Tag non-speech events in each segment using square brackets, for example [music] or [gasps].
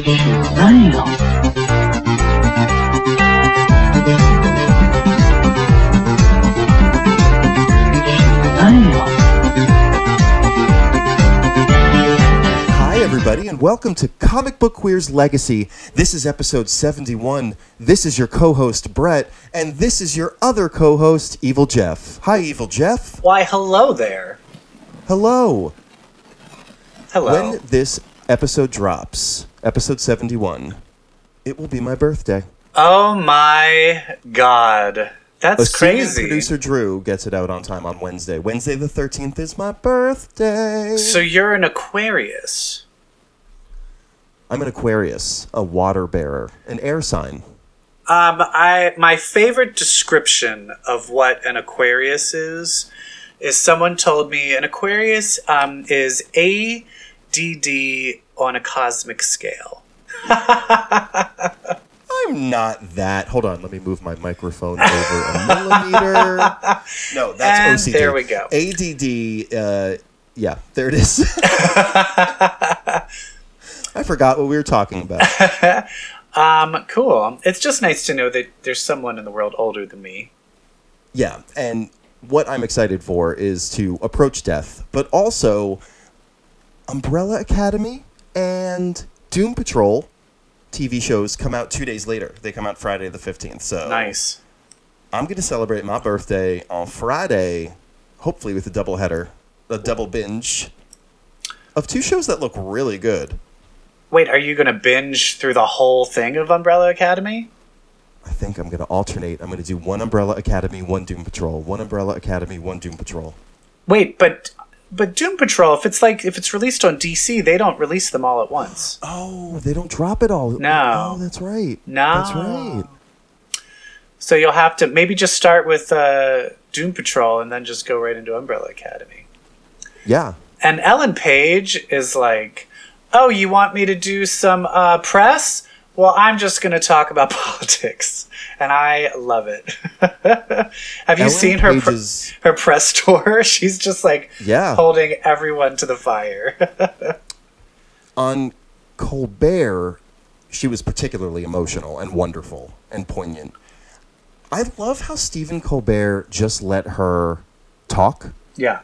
何が何が Hi, everybody, and welcome to Comic Book Queer's Legacy. This is episode 71. This is your co host, Brett, and this is your other co host, Evil Jeff. Hi, Evil Jeff. Why, hello there. Hello. Hello. When this episode drops, episode 71, it will be my birthday. oh my god. That's Assuming crazy. Producer Drew gets it out on time on Wednesday. Wednesday the 13th is my birthday. So you're an Aquarius. I'm an Aquarius, a water bearer, an air sign. Um, I my favorite description of what an Aquarius is is someone told me an Aquarius um, is ADD on a cosmic scale. I'm not that. Hold on, let me move my microphone over a [laughs] millimeter. No, that's And OCD. there we go. ADD. Uh, yeah, there it [laughs] is. I forgot what we were talking about. Um, cool. It's just nice to know that there's someone in the world older than me. Yeah, and what I'm excited for is to approach death, but also Umbrella Academy and Doom Patrol TV shows come out two days later. They come out Friday the 15th. So Nice. I'm going to celebrate my birthday on Friday, hopefully with a double header, a double binge of two shows that look really good. Wait, are you gonna binge through the whole thing of Umbrella Academy? I think I'm going to alternate. I'm going to do one Umbrella Academy, one Doom Patrol, one Umbrella Academy, one Doom Patrol. Wait, but but Doom Patrol, if it's like if it's released on DC, they don't release them all at once. Oh, they don't drop it all. No. Oh, that's right. No. That's right. So you'll have to maybe just start with uh, Doom Patrol and then just go right into Umbrella Academy. Yeah. And Ellen Page is like, "Oh, you want me to do some uh, press? Well, I'm just going to talk about [laughs] politics." And I love it. [laughs] have you Ellen seen her pr- Page's- her press tour? [laughs] She's just like Yeah. holding everyone to the fire. [laughs] On Colbert, she was particularly emotional and wonderful and poignant. I love how Stephen Colbert just let her talk. yeah.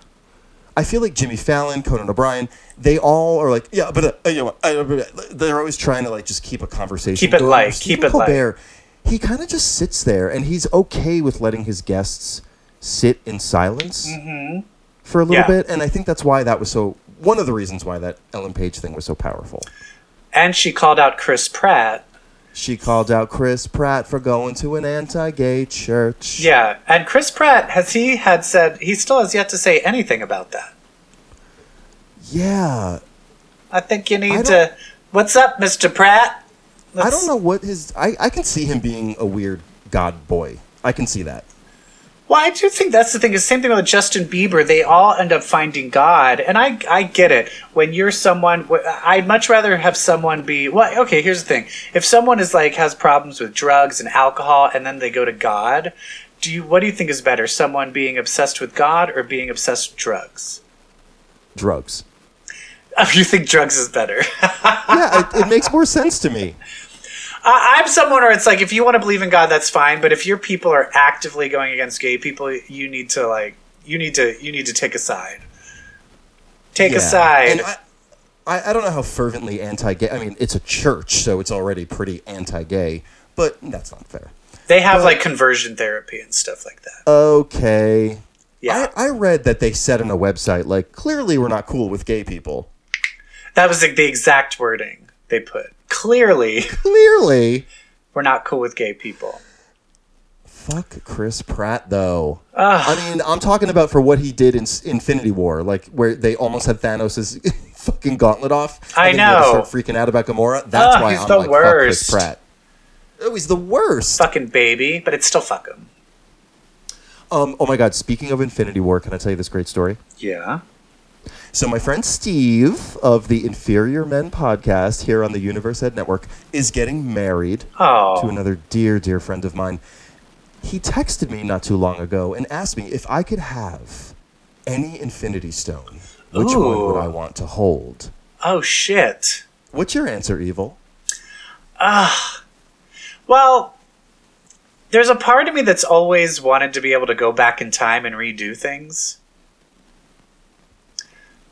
I feel like Jimmy Fallon, Conan O'Brien, they all are like, yeah, but uh, uh, you know, I- uh, they're always trying to like just keep a conversation. Keep it going. light, Stephen keep it light. Colbert, He kind of just sits there, and he's okay with letting his guests sit in silence for a little Mm-hmm. Yeah. bit. And I think that's why that was so. One of the reasons why that Ellen Page thing was so powerful. And she called out Chris Pratt. She called out Chris Pratt for going to an anti-gay church. Yeah, and Chris Pratt has he had said he still has yet to say anything about that. yeah. I think you need don't- to. What's up, Mr. Pratt? I Let's- don't know what his. I, I can see him being a weird god boy. I can see that. Well, I do think that's the thing. It's the same thing with Justin Bieber. They all end up finding God, and I I get it. When you're someone, wh- I'd much rather have someone be. Well, okay. Here's the thing: if someone is like has problems with drugs and alcohol, and then they go to God, do you what do you think is better? Someone being obsessed with God or being obsessed with drugs? [laughs] Drugs. you think drugs is better? [laughs] yeah, it, it makes more sense to me. I, I'm someone where it's like, if you want to believe in God, that's fine. But if your people are actively going against gay people, you need to like, you need to, you need to take a side. Take Yeah. a side. And I, I, I don't know how fervently anti-gay. I mean, it's a church, so it's already pretty anti-gay. But that's not fair. they have like conversion therapy and stuff like that. Okay. yeah, I, I read that they said on a website like clearly we're not cool with gay people. that was like the exact wording they put. Clearly, [laughs] Clearly, we're not cool with gay people. fuck Chris Pratt though. Ah. I mean, I'm talking about for what he did in S- Infinity War, like where they almost had Thanos' [laughs] fucking gauntlet off. I and then you had to know. Start freaking out about Gamora. That's Ugh, why he's I'm the like fuck Chris worst. Pratt. Oh, he's the worst. Fucking baby, but it's still fuck 'em. Um, oh my God! Speaking of Infinity War, can I tell you this great story? Yeah. So my friend Steve of the Inferior Men podcast here on the Universe Head Network is getting married to Oh, another dear, dear friend of mine. He texted me not too long ago and asked me if I could have any Infinity Stone, which one would Ooh. I want to hold? oh shit. What's your answer, Evil? Well, there's a part of me that's always wanted to be able to go back in time and redo things.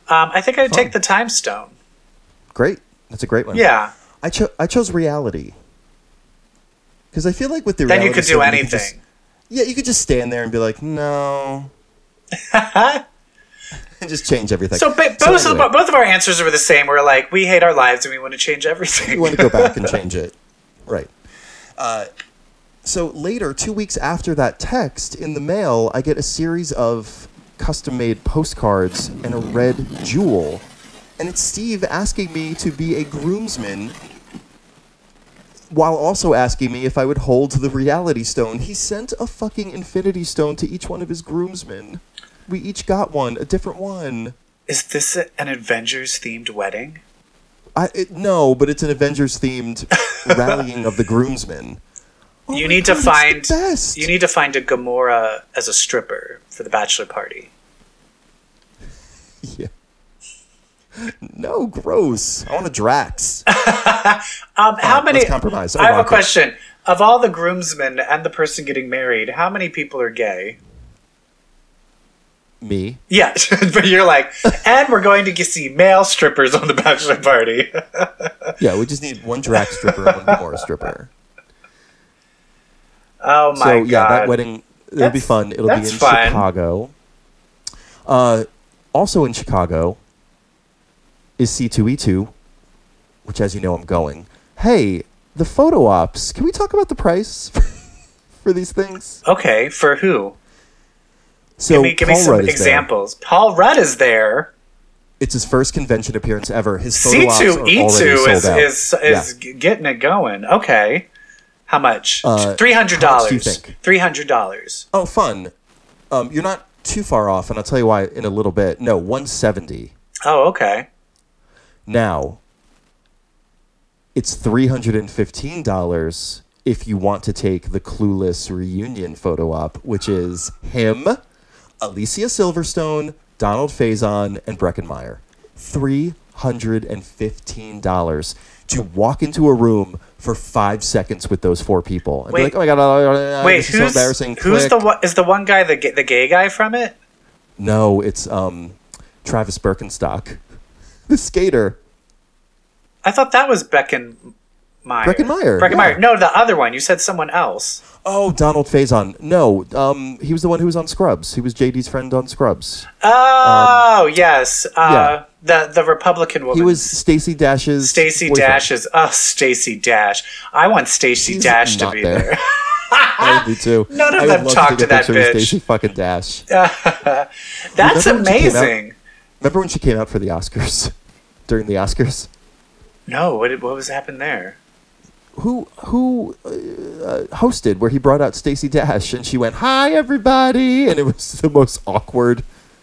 Um, I think I'd take the time stone. Great. That's a great one. Yeah. I, cho- I chose reality. Because I feel like with the Then reality you could do show, anything. just- yeah, you could just stand there and be like, [laughs] no. [laughs] and just change everything. So, ba- both, anyway, of, both of our answers were the same. We're like, we hate our lives and we want to change everything. you want to go back and change it. Right. Uh, so later, two weeks after that text in the mail, I get a series of custom made postcards and a red jewel. And it's Steve asking me to be a groomsman while also asking me if I would hold the reality stone. He sent a fucking infinity stone to each one of his groomsmen. We each got one, a different one. [laughs] Is this a- an Avengers themed wedding? I it, no, but it's an Avengers themed [laughs] rallying of the groomsmen. Oh you my need God, to it's find the best. you need to find a Gamora as a stripper for the bachelor party. Yeah. No, gross. I want a [laughs] Drax. Um, how many? let's compromise. I I have want it. a question. Of all the groomsmen and the person getting married, how many people are gay? Me. Yeah, [laughs] but you're like, and we're going to get- see male strippers on the bachelor party. [laughs] Yeah, we just need one Drax stripper and one Gamora stripper. oh my so yeah, god! that wedding it'll be That's- fun. It'll be in that's fine. Chicago. Uh, also in Chicago is C two E two, which, as you know, I'm going. Hey, the photo ops. Can we talk about the price [laughs] for these things? Okay, for who? So Give me, give me Paul some Rudd is there. examples. Paul Rudd is there. It's his first convention appearance ever. His photo C ops two are E two already is sold out. is is g getting it going. Okay, how much? Uh, Three hundred how much do you dollars. think? Three hundred dollars. Oh, fun. Um, you're not too far off, and I'll tell you why in a little bit. No, 170. Oh, okay. Now, it's $315 if you want to take the Clueless reunion photo op, which is him, Alicia Silverstone, Donald Faison, and Breckenmeyer. $315 to walk into a room for five seconds with those four people and Wait. be like, oh my God, uh, uh, Wait, this is who's so embarrassing. who's Click. the one? Is the one guy the ga- the gay guy from it? No, it's um, Travis Birkenstock, [laughs] the skater. I thought that was Beckenmeyer. Breckenmeyer, Breckenmeyer. yeah. No, the other one. You said someone else. Oh, Donald Faison. No, um, he was the one who was on Scrubs. He was JD's friend on Scrubs. Oh yes, uh, the the Republican woman. He was Stacy Dash's. Stacy boyfriend. Dash is oh Stacy Dash. I want Stacy He's Dash to not be there. [laughs] I do too. None of I would them love talk to, to take a that picture with bitch. Stacy fucking Dash. [laughs] That's Remember when she came out- amazing. Remember when she came out for the Oscars? [laughs] During the Oscars, No, what did- what was happened there? who who uh, hosted where he brought out Stacy Dash and she went, "Hi everybody," and it was the most awkward.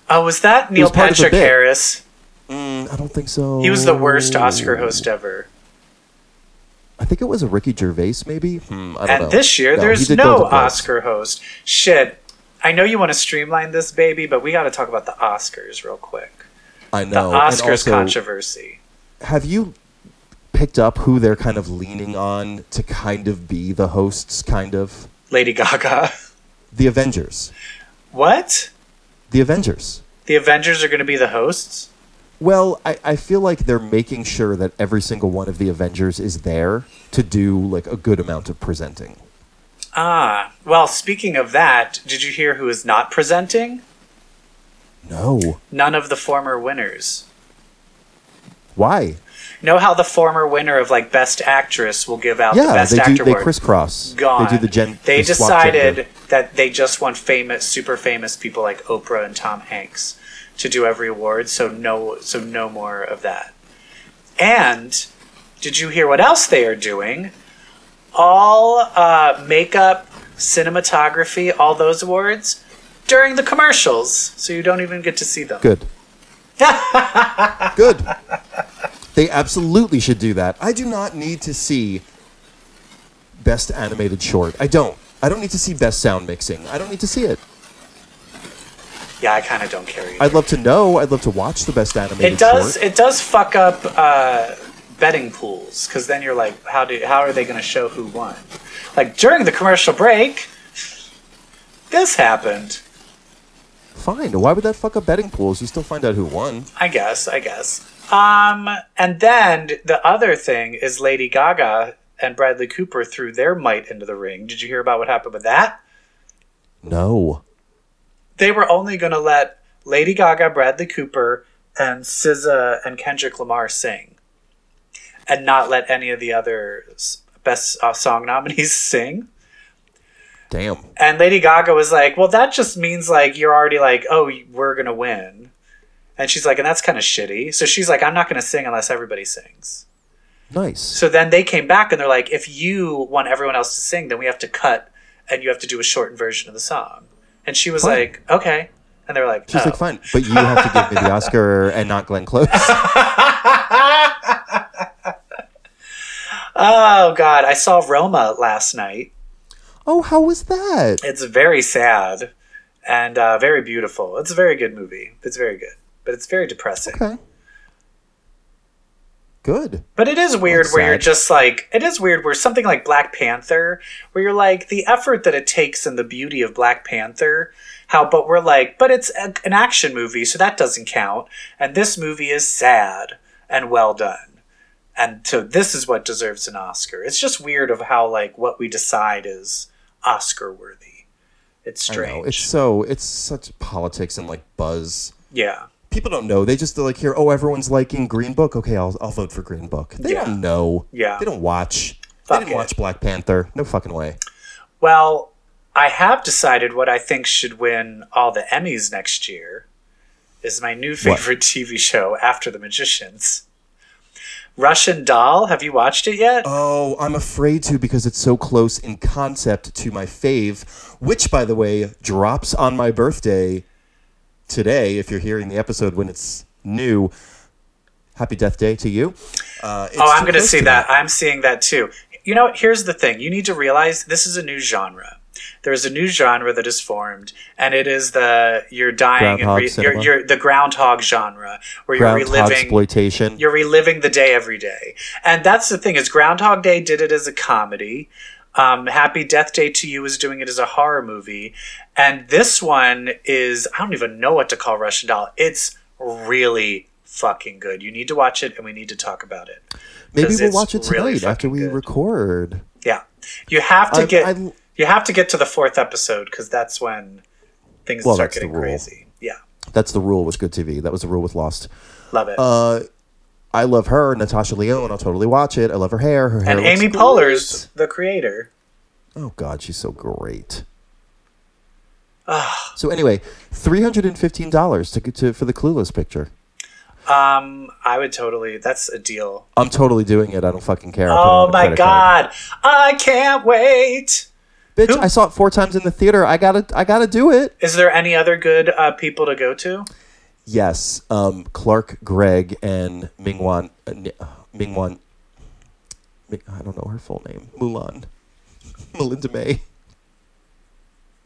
Oh, was that Neil was part of the Patrick bit. Oh. Harris? Mm, I don't think so. He was the worst Oscar host ever. Oh, I think it was a Ricky Gervais, maybe. Hmm, I don't And know. this year, No, he there's did Golden no Globes. Oscar host. Shit. I know you want to streamline this, baby, but we got to talk about the Oscars real quick. I The know. And Oscars also, controversy. Have you picked up who they're kind of leaning on to kind of be the hosts? Kind of Lady Gaga. the Avengers. What? The Avengers. The Avengers are going to be the hosts? Well, I, I feel like they're making sure that every single one of the Avengers is there to do like a good amount of presenting. Ah. Well, speaking of that, did you hear who is not presenting? No. None of the former winners. Why? Know how the former winner of like Best Actress will give out the Yeah, Best they Actor do. They award? crisscross. Gone. They do the gen. They the swap gender. decided that they just want famous, super famous people like Oprah and Tom Hanks to do every award. So no, so no more of that. And did you hear what else they are doing? All uh, makeup, cinematography, all those awards during the commercials, so you don't even get to see them. Good. Good. They absolutely should do that. I do not need to see best animated short. I don't. I don't need to see best sound mixing. I don't need to see it. Yeah, I kind of don't care. Either. I'd love to know. I'd love to watch the best animated It does. short. It does fuck up uh, betting pools because then you're like, how do how are they going to show who won? Like during the commercial break, this happened. Fine. Why would that fuck up betting pools? You still find out who won. I guess, I guess. Um, and then the other thing is Lady Gaga and Bradley Cooper threw their might into the ring. Did you hear about what happened with that? No. They were only going to let Lady Gaga, Bradley Cooper, and SZA and Kendrick Lamar sing, and not let any of the other s- best uh, song nominees [laughs] sing. Damn. And Lady Gaga was like, "Well, that just means like you're already like, oh, we're gonna win," and she's like, "And that's kind of shitty." So she's like, "I'm not gonna sing unless everybody sings." Nice. So then they came back and they're like, if you want everyone else to sing, then we have to cut and you have to do a shortened version of the song. And she was Fine. like, okay. And they were like, She's oh. like, fine, but you have to give me the Oscar and not Glenn Close. [laughs] oh God, I saw Roma last night. oh, how was that? It's very sad and uh, very beautiful. It's a very good movie. It's very good, but it's very depressing. Okay. Good. But it is weird That's where you're sad. just like it is weird where something like Black Panther, where you're like the effort that it takes and the beauty of Black Panther, how but we're like, but it's a, an action movie, so that doesn't count. And this movie is sad and well done, and so this is what deserves an Oscar. It's just weird of how like what we decide is Oscar worthy. It's I know. strange. It's so it's such politics and like buzz. yeah, People don't know. They just like hear, oh, everyone's liking Green Book. Okay, I'll, I'll vote for Green Book. They Yeah. don't know. yeah. They don't watch. Fuck they didn't it. watch Black Panther. No fucking way. Well, I have decided what I think should win all the Emmys next year is my new favorite TV show after The Magicians. Russian Doll, have you watched it yet? Oh, I'm afraid to because it's so close in concept to my fave, which, by the way, drops on my birthday today. If you're hearing the episode when it's new, happy death day to you. Uh, it's oh, I'm too going to close see me. that. I'm seeing that too. You know, here's the thing. You need to realize this is a new genre. There is a new genre that is formed, and it is the you're dying Groundhog and re- you're, cinema. you're the groundhog genre where you're Groundhog reliving exploitation. You're reliving the day every day, and that's the thing. Is Groundhog Day did it as a comedy. Um, Happy Death Day to You is doing it as a horror movie, and this one is I don't even know what to call Russian Doll. It's really fucking good. You need to watch it, and we need to talk about it. Maybe 'cause we'll it's watch it tonight really after fucking we good. record. Yeah, you have to I- get I- you have to get to the fourth episode because that's when things Well, start that's the getting rule. crazy. Yeah, That's the rule with good TV. That was the rule with Lost. love it. Uh, I love her, Natasha Leone. I'll totally watch it. I love her hair. Her hair. and looks Amy great. Poehler's the creator. Oh God, she's so great. so anyway, three hundred and fifteen dollars to, to for the Clueless picture. Um, I would totally. That's a deal. I'm totally doing it. I don't fucking care. I'll put it on Oh a my credit card. god. I can't wait. bitch! I saw it four times in the theater. I gotta, I gotta do it. Is there any other good uh, people to go to? Yes, um, Clark Gregg and Mingwan, uh, Ni- uh, Mingwan. Ming- I don't know her full name. Mulan, [laughs] Melinda May.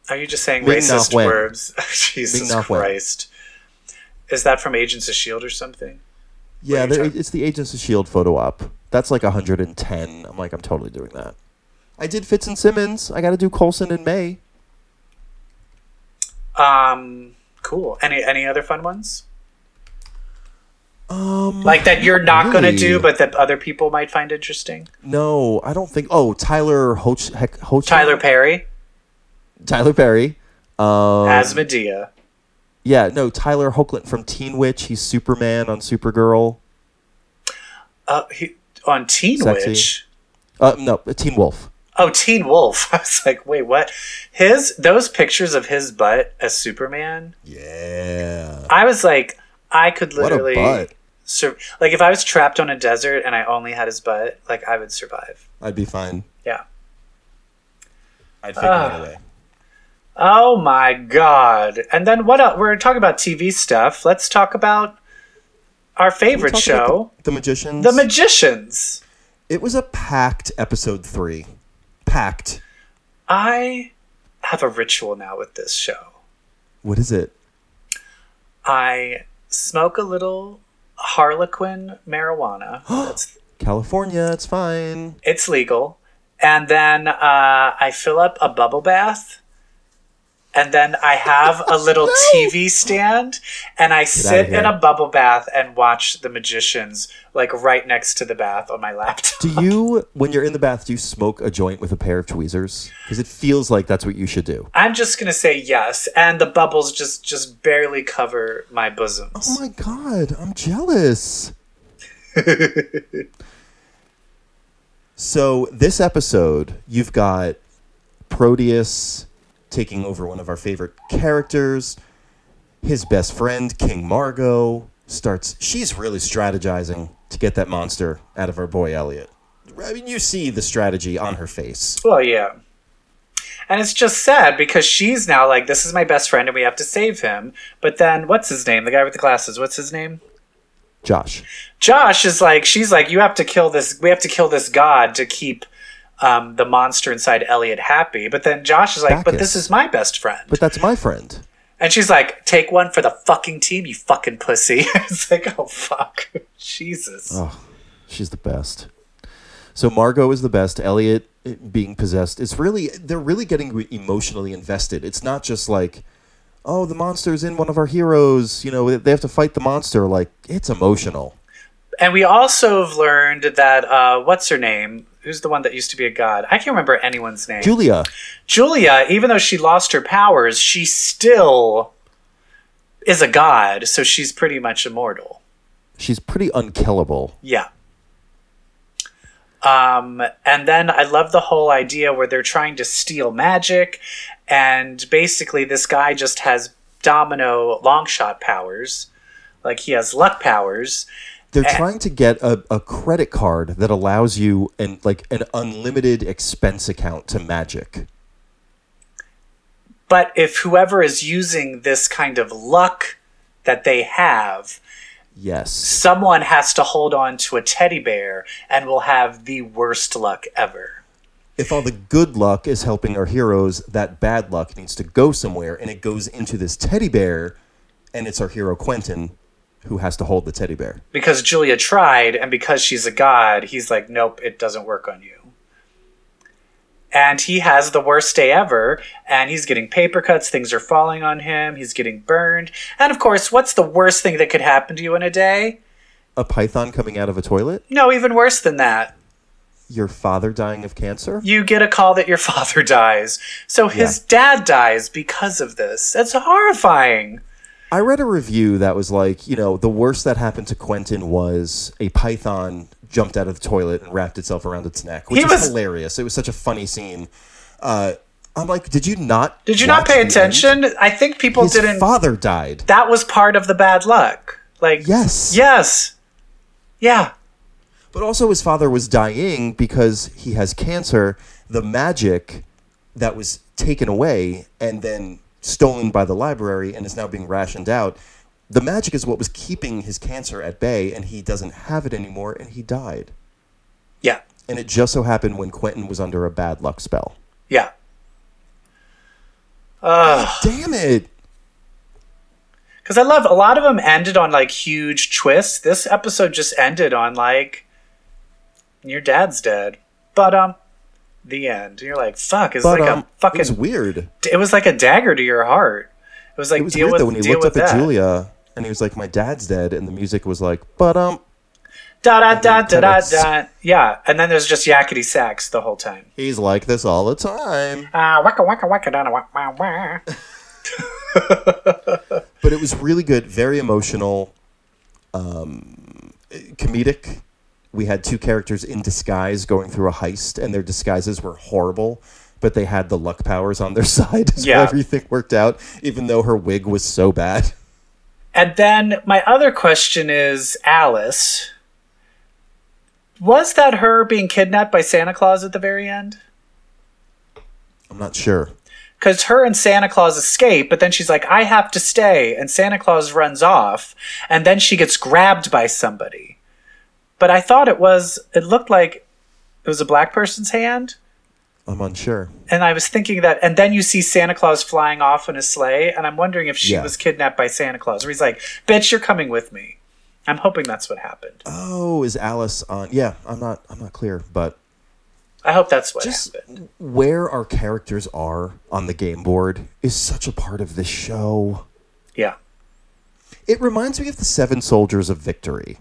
Are you just saying Ming racist Na Wen. words? [laughs] Jesus Ming Na Wen. Christ. Is that from Agents of S.H.I.E.L.D. E or something? Yeah, you there- talking- it's the Agents of Shield E photo op. That's like 110. I'm like, I'm totally doing that. I did Fitz and Simmons. I got to do Colson and May. Um, cool. Any any other fun ones? Um, like that you're not going really. to do, but that other people might find interesting? No, I don't think. Oh, Tyler Hoch, Heck, Hoch Tyler Perry, Tyler Perry. Um, as Medea. yeah, no, Tyler Hoechlin from Teen Witch. He's Superman on Supergirl. Uh, he, on Teen Sexy. Witch. Uh, no, Teen Wolf. Oh, Teen Wolf. [laughs] I was like, wait, what? His those pictures of his butt as Superman. Yeah. I was like, I could What a literally butt. sur- like if I was trapped on a desert and I only had his butt, like I would survive. I'd be fine. Yeah. I'd figure Ah. it away. Oh my god. And then what else? We're talking about TV stuff. Let's talk about our favorite show, The, the Magicians. The Magicians. it was a packed episode three. Packed. I have a ritual now with this show. What is it? [gasps] I smoke a little Harlequin marijuana. [gasps] That's California, it's fine. It's legal. And then uh, I fill up a bubble bath. And then I have a little TV stand and I sit in here. a bubble bath and watch The Magicians, like right next to the bath on my [laughs] laptop. Do you, when you're in the bath, do you smoke a joint with a pair of tweezers? Because it feels like that's what you should do. I'm just gonna say yes, and the bubbles just just barely cover my bosoms. Oh my god, I'm jealous. so this episode, you've got Proteus taking over one of our favorite characters. His best friend, King Margot, starts she's really strategizing to get that monster out of our boy Elliot. I mean, you see the strategy on her face. Well, yeah. And it's just sad because she's now like, this is my best friend and we have to save him. But then, what's his name? The guy with the glasses, what's his name? Josh. Josh is like, she's like, you have to kill this, we have to kill this god to keep um, the monster inside Elliot happy. But then Josh is like, but Bacchus. this is my best friend. But that's my friend. and she's like, take one for the fucking team, you fucking pussy. [laughs] it's like, oh, fuck. [laughs] Jesus. Oh. She's the best. So Margot is the best. Elliot eh, being possessed. It's really they're really getting re- emotionally invested. It's not just like, oh, the monster's in one of our heroes. You know, they have to fight the monster. Like it's emotional. And we also have learned that, uh, what's her name? Who's the one that used to be a god? I can't remember anyone's name. Julia, Julia, even though she lost her powers, she still is a god, so she's pretty much immortal. she's pretty unkillable. Yeah. Um, and then I love the whole idea where they're trying to steal magic, and basically this guy just has domino long shot powers. Like he has luck powers. They're trying to get a, a credit card that allows you an like an unlimited expense account to magic. But if whoever is using this kind of luck that they have Yes. someone has to hold on to a teddy bear and will have the worst luck ever. if all the good luck is helping our heroes, that bad luck needs to go somewhere, and it goes into this teddy bear, and it's our hero Quentin who has to hold the teddy bear. Because Julia tried, and because she's a god, he's like, nope, it doesn't work on you. And he has the worst day ever, and he's getting paper cuts, things are falling on him, he's getting burned. And of course, what's the worst thing that could happen to you in a day? A python coming out of a toilet, No, even worse than that. your father dying of cancer. You get a call that your [laughs] father dies. So his dad dies because of this. That's horrifying. I read a review that was like, you know, the worst that happened to Quentin was a python jumped out of the toilet and wrapped itself around its neck, which He is was- hilarious. It was such a funny scene. Uh, I'm like, did you not? Did you watch not pay the end? attention? I think people His didn't. father died. that was part of the bad luck. Like Yes. yes, yeah. But also, his father was dying because he has cancer. The magic that was taken away and then stolen by the library and is now being rationed out. The magic is what was keeping his cancer at bay, and he doesn't have it anymore, and he died. Yeah. And it just so happened when Quentin was under a bad luck spell. Yeah. Damn it! Because I love a lot of them ended on like huge twists. This episode just ended on like your dad's dead, but um, the end. You're like fuck. It's But like um, a fucking. it was weird. it was like a dagger to your heart. It was like It was deal weird with though when he deal looked with up that. at Julia and he was like, "My dad's dead," and the music was like, "But um." Da da da da da credits. da. Yeah, and then there's just yakety sax the whole time. He's like this all the time. Ah, waka waka waka da da wah wah wah. but it was really good, very emotional, um, comedic. We had two characters in disguise going through a heist, and their disguises were horrible, but they had the luck powers on their [laughs] side, so Yeah. everything worked out. Even though her wig was so bad, And then my other question is Alice. Was that her being kidnapped by Santa Claus at the very end? I'm not sure. Because her and Santa Claus escape, but then she's like, I have to stay. And Santa Claus runs off. And then she gets grabbed by somebody. But I thought it was, it looked like it was a black person's hand. I'm unsure. And I was thinking that, and then you see Santa Claus flying off in a sleigh. And I'm wondering if she Yeah. was kidnapped by Santa Claus. Where he's like, Bitch, you're coming with me. I'm hoping that's what happened. Oh, is Alice on? Yeah, I'm not. I'm not clear, but I hope that's what just happened. where our characters are on the game board is such a part of this show. Yeah. It reminds me of the Seven Soldiers of Victory,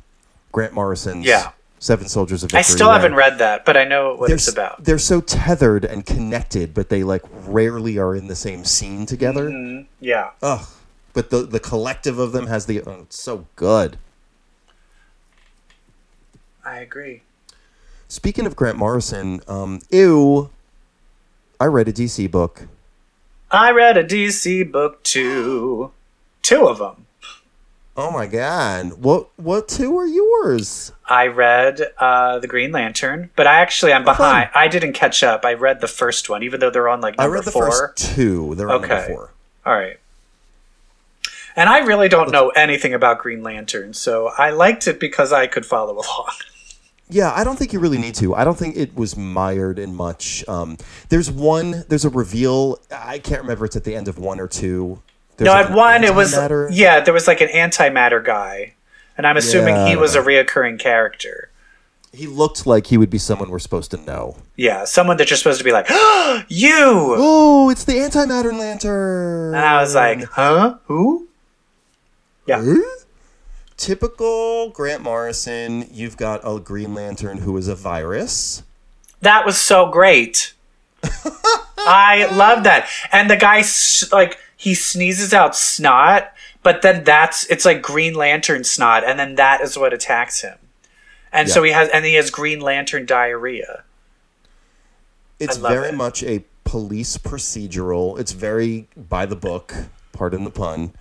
Grant Morrison's Yeah. Seven Soldiers of Victory. I still where haven't read that, but I know what they're it's s- about. They're so tethered and connected, but they like rarely are in the same scene together. Mm-hmm. Yeah. Ugh. But the the collective of them has the oh, it's so good. I agree. Speaking of Grant Morrison, um, ew, I read a DC book. I read a DC book too. Two of them. Oh my god, what what two are yours? I read uh, the Green Lantern, but I actually Oh, I'm behind. I didn't catch up. I read the first one, even though they're on like I number read the four. first two. They're on number Okay. four. All right. And I really don't know anything about Green Lantern, so I liked it because I could follow [laughs] along. Yeah, I don't think you really need to. I don't think it was mired in much. Um, there's one. There's a reveal. I can't remember. It's at the end of one or two. There's no, like at an one it was antimatter. yeah, there was like an antimatter guy, and I'm assuming he Yeah. was a reoccurring character. He looked like he would be someone we're supposed to know. Yeah, someone that you're supposed to be like, [gasps] you. Oh, it's the antimatter lantern. And I was like, huh? Who? Huh? typical Grant Morrison. You've got a Green Lantern who is a virus. That was so [laughs] great. I love that. And the guy, s- like, he sneezes out snot, but then that's, it's like Green Lantern snot, and then that is what attacks him. And so he has, and he has Green Lantern diarrhea. It's I love very it. much a police procedural. It's very by the book, pardon the pun.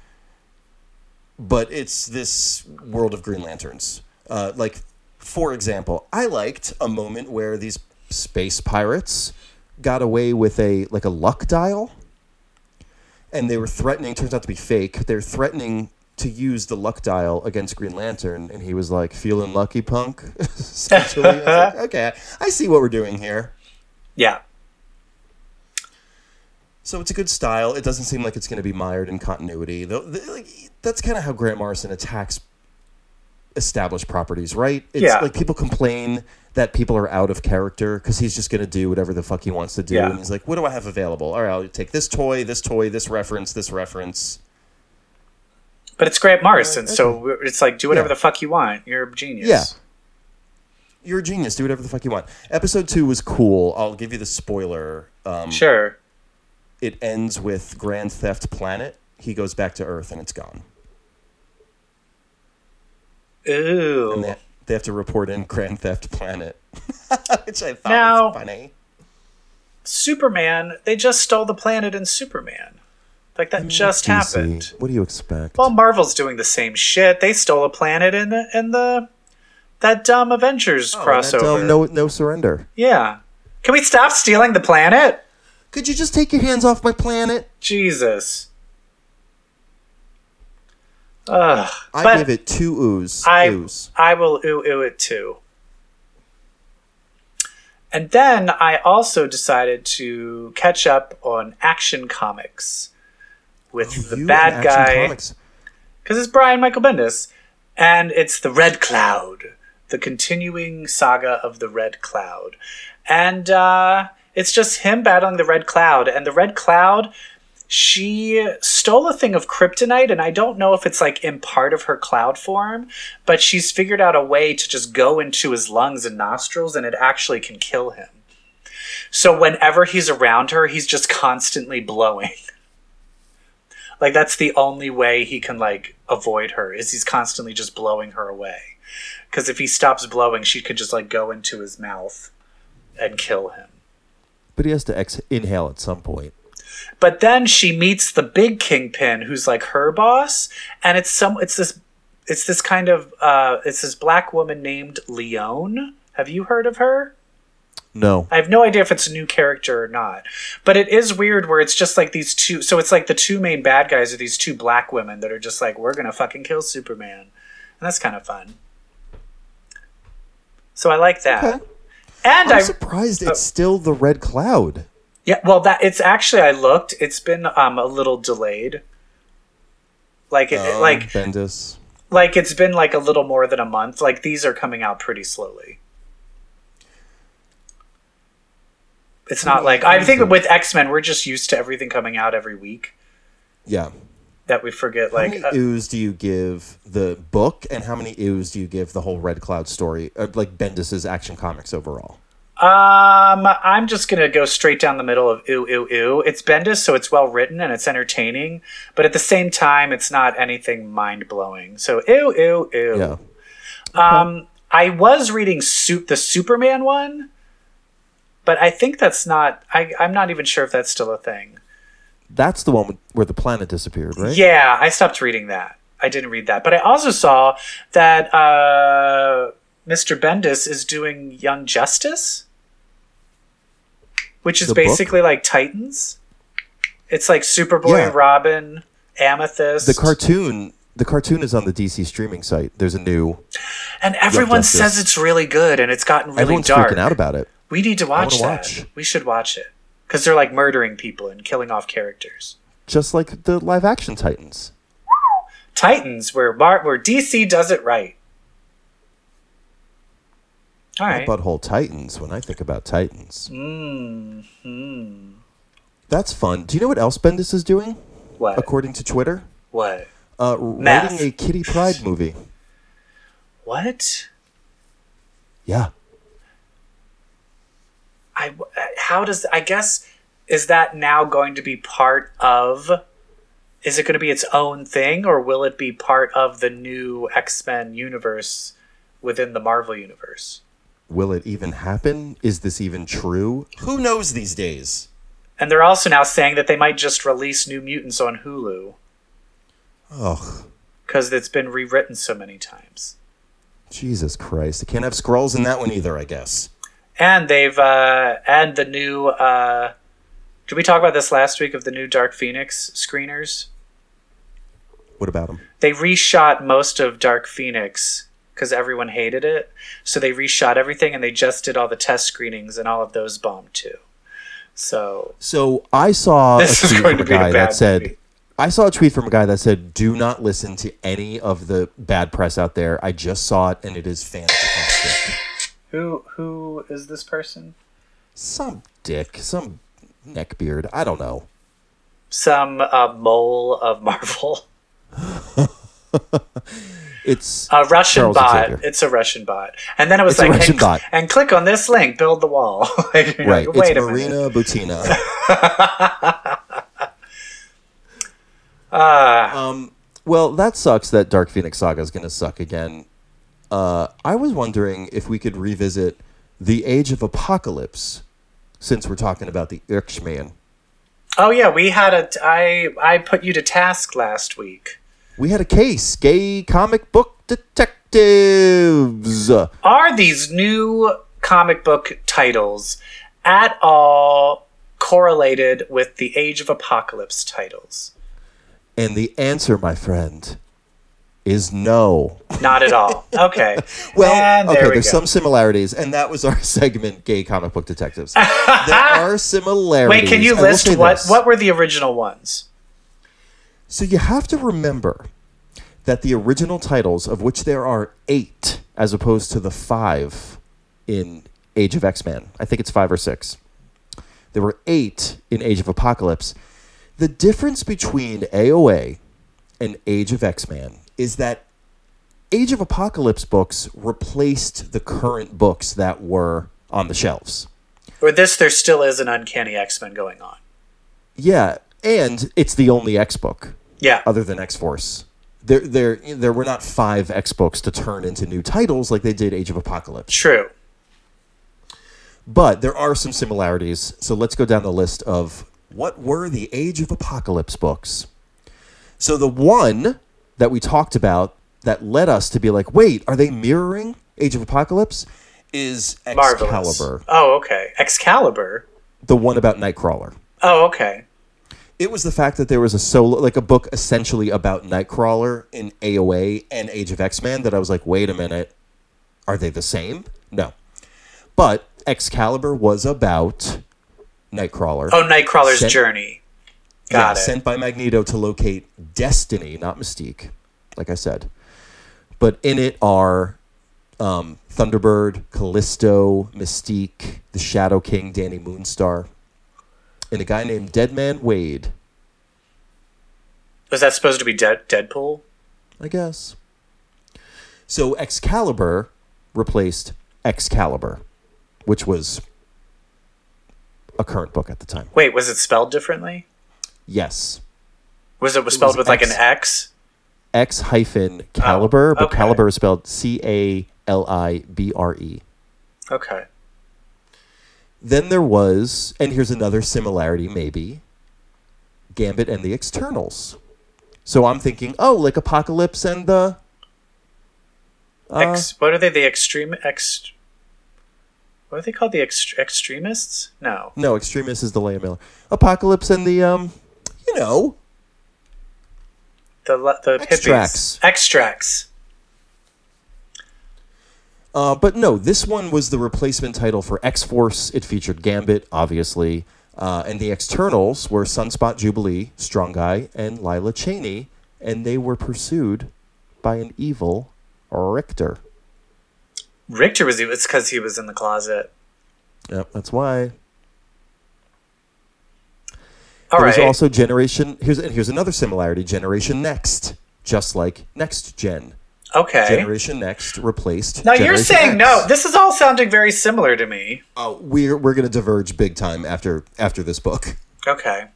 But it's this world of Green Lanterns. Uh, like, for example, I liked a moment where these space pirates got away with a like a luck dial, and they were threatening. Turns out to be fake. They're threatening to use the luck dial against Green Lantern, and he was like, "Feeling lucky, punk." [laughs] Essentially, I was [laughs] like, okay, I see what we're doing here. Yeah. So it's a good style. It doesn't seem like it's going to be mired in continuity. Though th- like, that's kind of how Grant Morrison attacks established properties, right? It's Yeah. like people complain that people are out of character because he's just going to do whatever the fuck he wants to do. Yeah. And he's like, what do I have available? All right, I'll take this toy, this toy, this reference, this reference. But it's Grant Morrison, so we're- it's like, do whatever Yeah. the fuck you want. You're a genius. Yeah. You're a genius. Do whatever the fuck you want. Episode two was cool. I'll give you the spoiler. Um, Sure. it ends with Grand Theft Planet. He goes back to Earth and it's gone. Ooh. and they, they have to report in Grand Theft Planet, [laughs] which I thought Now- was funny. Superman, they just stole the planet in Superman. Like Mm, that just happened. What do you expect? Well, Marvel's doing the same shit. They stole a planet in the in the that dumb Avengers Oh, crossover. no, no surrender. Yeah. Can we stop stealing the planet? Could you just take your hands off my planet? Jesus. Ugh. I But- give it two oohs. I oohs. I will ooh ooh it too. And then I also decided to catch up on Action Comics with the Oh, You bad and Action guy. Comics. because it's Brian Michael Bendis, and it's the Red Cloud, the continuing saga of the Red Cloud, and uh, it's just him battling the Red Cloud, and the Red Cloud. She stole a thing of kryptonite, and I don't know if it's like in part of her cloud form, but she's figured out a way to just go into his lungs and nostrils, and it actually can kill him. So whenever he's around her, he's just constantly blowing. Like that's the only way he can like avoid her is he's constantly just blowing her away. Cuz if he stops blowing, she could just like go into his mouth and kill him. But he has to ex- inhale at some point. But then she meets the big kingpin who's like her boss and it's some it's this it's this kind of uh it's this black woman named Leone. Have you heard of her? No. I have no idea if it's a new character or not, but it is weird where it's just like these two. So it's like the two main bad guys are these two black women that are just like, we're gonna fucking kill Superman, and that's kind of fun. So I like that, Okay. and I Oh. I'm surprised it's still the Red Cloud. yeah, well that it's actually I looked, it's been um a little delayed. Like it, it- like Bendis. like it's been like a little more than a month. Like these are coming out pretty slowly. It's not like I think with X Men we're just used to everything coming out every week Yeah. that we forget How like many uh, oohs do you give the book, and how many oohs do you give the whole Red Cloud story, uh, like Bendis's Action Comics overall? Um, I'm just gonna go straight down the middle of ooh ooh ooh. It's Bendis, so it's well written and it's entertaining, but at the same time, it's not anything mind blowing. So ooh ooh ooh. Yeah. Um, I was reading suit the Superman one, but I think that's not. I I'm not even sure if that's still a thing. That's the one with- where the planet disappeared, right? Yeah, I stopped reading that. I didn't read that, but I also saw that uh, Mr. Bendis is doing Young Justice, which is The book? basically like Titans. It's like Superboy, Yeah. Robin, Amethyst, The cartoon. The cartoon is on the DC streaming site. There's a new. and everyone Justice. says it's really good, and it's gotten really Everyone's dark. freaking out about it. We need to watch that. wanna watch. We should watch it because they're like murdering people and killing off characters. Just like the live action Titans. Titans, where Mar- where DC does it right. All right. Butthole Titans, when I think about Titans. Mm-hmm. That's fun. Do you know what else Bendis is doing, What? according to Twitter? what? Uh, Meth. writing a Kitty Pride movie. What? Yeah. I. uh, How does? I guess is that now going to be part of? Is it going to be its own thing, or will it be part of the new X Men universe within the Marvel universe? Will it even happen? Is this even true? Who knows these days? And they're also now saying that they might just release New Mutants on Hulu Ugh. because it's been rewritten so many times. Jesus Christ. I can't have scrolls in that one either, I guess. and they've uh and the new uh did we talk about this last week of the new dark phoenix screeners What about him? they reshot most of dark phoenix because everyone hated it so they reshot everything and they just did all the test screenings and all of those bombed too so So I saw This a is tweet going from a to be a guy bad that said, movie. I saw a tweet from a guy that said, "Do not listen to any of the bad press out there. I just saw it, and it is fantastic." who who is this person Some dick, some neckbeard. I don't know. some uh, mole of marvel [laughs] It's a russian Charles bot Xavier. it's a russian bot and then it was It's a like Russian and, bot. and click on this link build the wall [laughs] Like, you're right. like, It's wait a minute Marina [laughs] Butina. um. Well, that sucks. That Dark Phoenix saga is going to suck again. Uh, I was wondering if we could revisit the Age of Apocalypse, since we're talking about the Irkshman. Oh yeah, we had a. I I put you to task last week. We had a case. Gay comic book detectives. Are these new comic book titles at all correlated with the Age of Apocalypse titles? And the answer, my friend, is no. Not [laughs] at all. Okay. Well, And there okay, we there's go. some similarities, and that was our [laughs] segment, Gay Comic Book Detectives. [laughs] there are similarities. Wait, can you I will say list what this. what were the original ones? So you have to remember that the original titles, of which there are eight, as opposed to the five in Age of X Men, I think it's five or six. There were eight in Age of Apocalypse. The difference between AOA and Age of X Men is that Age of Apocalypse books replaced the current books that were on the shelves. Or this? There still is an Uncanny X Men going on. Yeah, and it's the only X book. Yeah. other than X Force. There, there, there were not five X books to turn into new titles like they did Age of Apocalypse. True. But there are some similarities. So let's go down the list of what were the Age of Apocalypse books. So the one that we talked about that led us to be like, wait, are they mirroring Age of Apocalypse? Is Excalibur Marvelous. Oh, okay. Excalibur. the one about Nightcrawler? Oh, okay. It was the fact that there was a solo, like a book essentially about Nightcrawler in AOA and Age of X Men that I was like, wait a minute, are they the same? No. But Excalibur was about Nightcrawler. Oh, Nightcrawler's Sen- journey. Got Yeah, it. Sent by Magneto to locate Destiny, not Mystique, like I said. But in it are um, Thunderbird, Callisto, Mystique, the Shadow King, Danny Moonstar, and a guy named Deadman Wade. Was that supposed to be Dead Deadpool? I guess. So Excalibur replaced Excalibur, which was a current book at the time. Wait, was it spelled differently? Yes. Was it was spelled with like an X? X hyphen caliber, but okay. caliber is spelled C A L I B R E. Okay. Then there was, and here's another similarity maybe Gambit and the Externals. So I'm thinking, oh, like Apocalypse and the. Uh, Ex, what are they? The extreme ex. What are they called? The ex, extremists? No. No, Extremist is the Leia Miller. Apocalypse and the, um, you know, The le- the Extracts. hippies. Extracts. Uh, but no, this one was the replacement title for X Force. It featured Gambit, obviously, uh, and the externals were Sunspot Jubilee, Strong Guy, and Lila Cheney, and they were pursued by an evil Richter. Richter was it's because he was in the closet. Yep, that's why. All There was right. also Generation. Here's and here's another similarity: Generation Next, just like Next Gen. okay. Generation Next replaced. now you're Generation saying X. no. This is all sounding very similar to me. Oh, we're we're gonna diverge big time after after this book. Okay.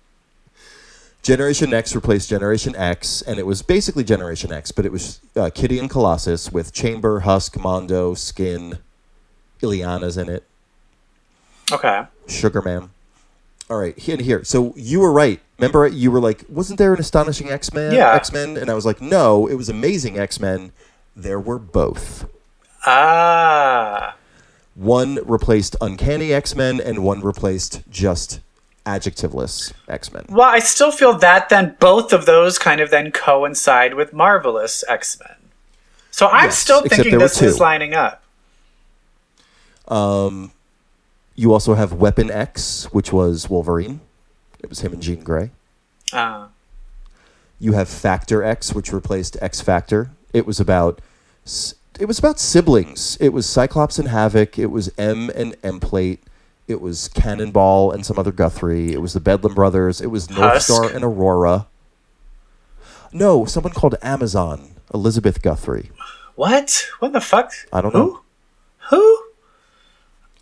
Generation X replaced Generation X, and it was basically Generation X, but it was uh, Kitty and Colossus with Chamber, Husk, Mondo, Skin, Ileana's in it, Okay. Sugar Man. All right, here, here. So you were right. Remember, you were like, wasn't there an astonishing X Men? Yeah. X Men, and I was like, no, it was amazing X Men. There were both. Ah. One replaced Uncanny X Men, and one replaced just adjectiveless X Men. Well, I still feel that then both of those kind of then coincide with Marvelous X Men. So I'm Yes, still except thinking there were this is two. lining up. You also have Weapon X, which was Wolverine. It was him and Jean Grey. Ah. You have Factor X, which replaced X Factor. It was about s- it was about siblings. It was Cyclops and Havoc. It was M and M Plate. It was Cannonball and some other Guthrie. It was the Bedlam Brothers. It was North Husk. Star and Aurora. No, someone called Amazon Elizabeth Guthrie. What? What the fuck? I don't Who? know. Uh-huh. Who?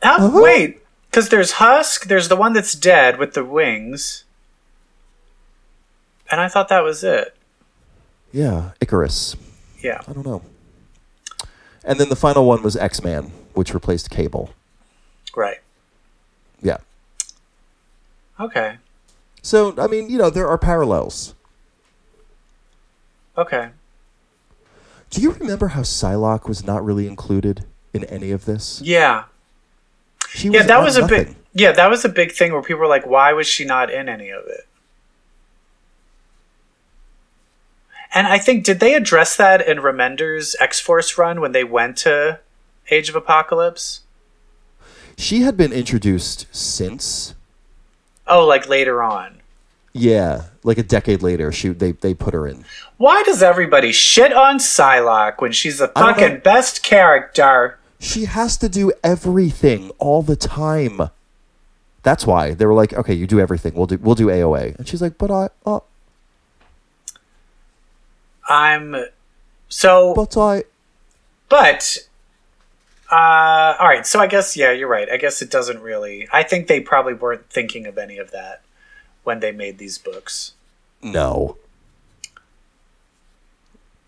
How, Who? Wait, because there's Husk. There's the one that's dead with the wings. And I thought that was it. Yeah, Icarus. Yeah. I don't know. And then the final one was X Man, which replaced Cable. Right. Yeah. Okay. So I mean, you know, there are parallels. Okay. Do you remember how Psylocke was not really included in any of this? Yeah. She Yeah, that on was a big. nothing. Yeah, that was a big thing where people were like, "Why was she not in any of it?" And I think did they address that in Remender's X Force run when they went to Age of Apocalypse? She had been introduced since. Oh, like later on. Yeah, like a decade later, she they they put her in. Why does everybody shit on Psylocke when she's the I don't fucking know. best character? She has to do everything all the time. That's why they were like, okay, you do everything. We'll do we'll do AOA, and she's like, but I uh, I'm so but I but uh all right, so I guess yeah, you're right. I guess it doesn't really. I think they probably weren't thinking of any of that when they made these books. no.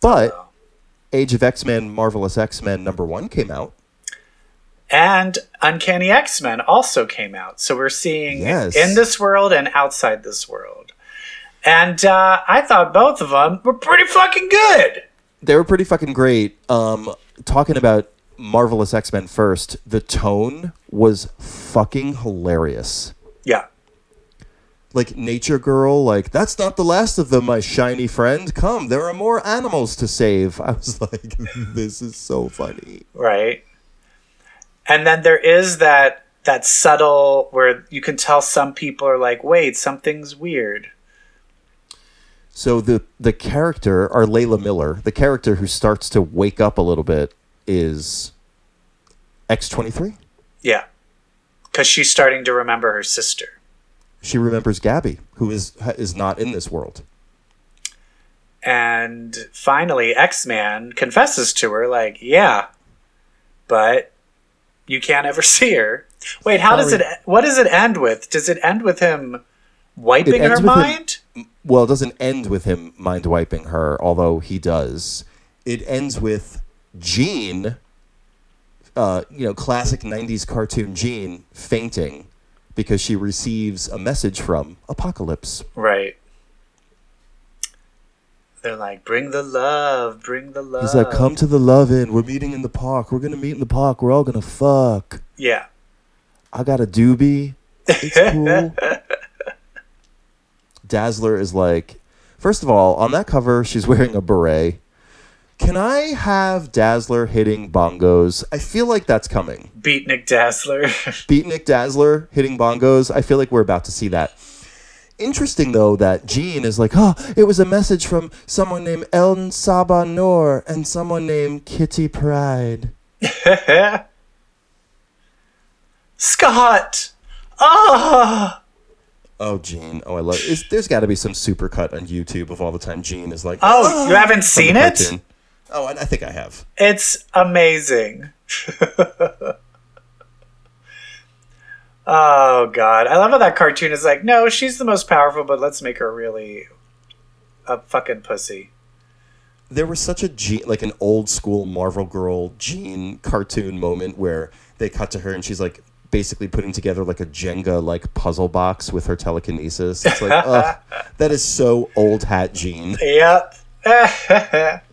But Age of X Men, Marvelous X Men number one came out. And Uncanny X-Men also came out. So we're seeing Yes. in this world and outside this world. And uh, I thought both of them were pretty fucking good. they were pretty fucking great. Um, talking about Marvelous X Men first, the tone was fucking hilarious. Yeah. Like Nature Girl, like that's not the last of them, my shiny friend. Come, there are more animals to save. [laughs] I was like, this is so funny. right and then there is that that subtle where you can tell some people are like wait something's weird So the the character, or Layla Miller, the character who starts to wake up a little bit is X twenty three. Yeah. Because she's starting to remember her sister. She remembers Gabby, who is is not in this world. And finally, X Man confesses to her, like, yeah, but you can't ever [laughs] see her. Wait, how does it, e-, Sorry. what does it end with? Does it end with him wiping ends her with him- mind? well, it doesn't end with him mind wiping her, although he does. It ends with Gene, uh, you know, classic 90s cartoon Gene, fainting because she receives a message from Apocalypse. Right. They're like, bring the love, bring the love. He's like, come to the love in. We're meeting in the park. We're going to meet in the park. We're all going to fuck. yeah. I got a doobie. It's cool. Dazzler is like, first of all, on that cover, she's wearing a beret. Can I have Dazzler hitting bongos? I feel like that's coming. Beatnik Dazzler. Beatnik Dazzler hitting bongos. I feel like we're about to see that. Interesting though that Jean is like, oh, it was a message from someone named El Saba Noor and someone named Kitty Pride. [laughs] Scott! Ah! Oh, Gene. Oh, I love. Is, there's got to be some supercut on YouTube of all the time Gene is like. Oh, you haven't seen it? cartoon. Oh, I, I think I have. It's amazing. [laughs] oh god, I love how that cartoon is like, no, she's the most powerful, but let's make her really a fucking pussy. There was such a Gene, like an old school Marvel Girl Gene cartoon moment where they cut to her and she's like basically putting together like a Jenga like puzzle box with her telekinesis. It's like, ugh, that is so old hat Gene. Yep. [laughs]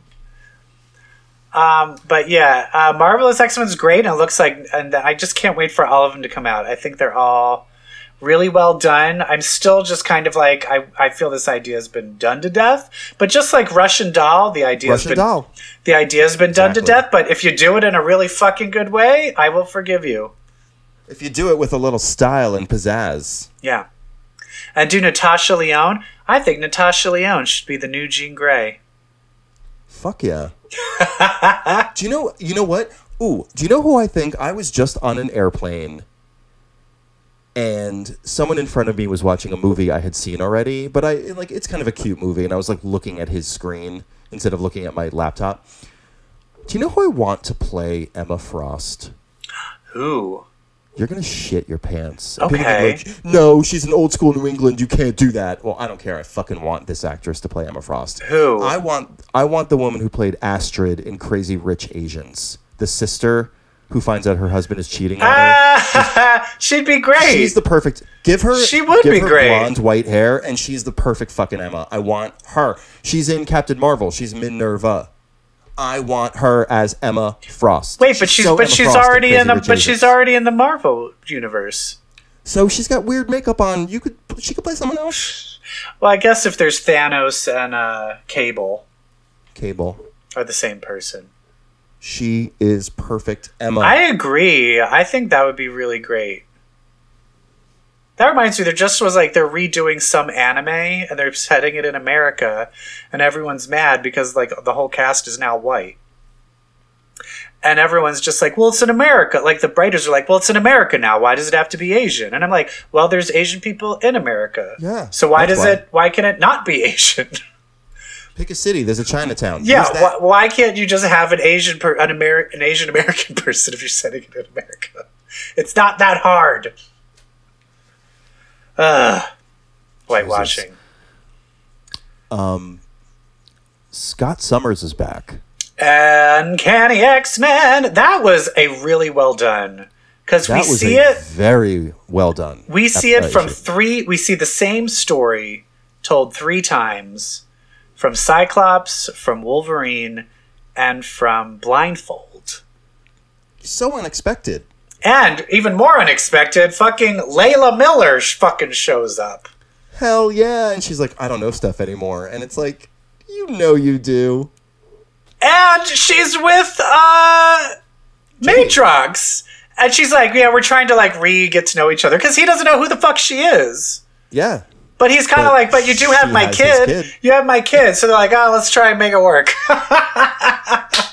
um, but yeah, uh, Marvelous X Men's great, and it looks like, and I just can't wait for all of them to come out. I think they're all really well done. I'm still just kind of like, I, I feel this idea has been done to death, but just like Russian Doll, the idea has Russian been doll. the idea has been done to Exactly. death. But if you do it in a really fucking good way, I will forgive you. If you do it with a little style and pizzazz, Yeah. And do Natasha Leone? I think Natasha Leone should be the new Jean Grey. Fuck yeah. [laughs] do you know you know what? Ooh, do you know who I think? I was just on an airplane and someone in front of me was watching a movie I had seen already, but I like it's kind of a cute movie and I was like looking at his screen instead of looking at my laptop. Do you know who I want to play Emma Frost? Who? You're gonna shit your pants. And people Okay. can be like, no, she's an old school New England. You can't do that. Well, I don't care. I fucking want this actress to play Emma Frost. Who? I want. I want the woman who played Astrid in Crazy Rich Asians. The sister who finds out her husband is cheating on her. Ah, [laughs] she'd be great. She's the perfect. Give her. She would give be her great. Blonde, white hair, and she's the perfect fucking Emma. I want her. She's in Captain Marvel. She's Minerva. I want her as Emma Frost. Wait, but she's, so but Emma she's Frost already Crazy in the Rich but Asians. she's already in the Marvel universe. So she's got weird makeup on. You could she could play someone else. Well, I guess if there's Thanos and uh, Cable Cable. are the same person. She is perfect, Emma. I agree. I think that would be really great. That reminds me, there just was like they're redoing some anime and they're setting it in America, and everyone's mad because like the whole cast is now white. And everyone's just like, well, it's in America. Like the writers are like, well, it's in America now. Why does it have to be Asian? And I'm like, well, there's Asian people in America. Yeah, So why that's does why. it? Why can it not be [laughs] Asian? Pick a city. There's a Chinatown. yeah. Use that. Why, why can't you just have an Asian per, an Ameri- an Asian American [laughs] person if you're setting it in America? It's not that hard. Ugh. Whitewashing. Scott Summers is back. Uncanny X Men. That was a really well done because That we was see a it. very well done. We see it uh, from issue. three. We see the same story told three times from Cyclops, from Wolverine, and from Blindfold. so unexpected. And even more unexpected, fucking Layla Miller sh- fucking shows up. Hell yeah! And she's like, I don't know stuff anymore. And it's like, you know, you do. And she's with uh Matrox. And she's like, yeah, we're trying to like re get to know each other because he doesn't know who the fuck she is. Yeah. But he's kind of But like, but you do have she my has his kid. kid. You have my kid. So they're like, oh, let's try and make it work. [laughs]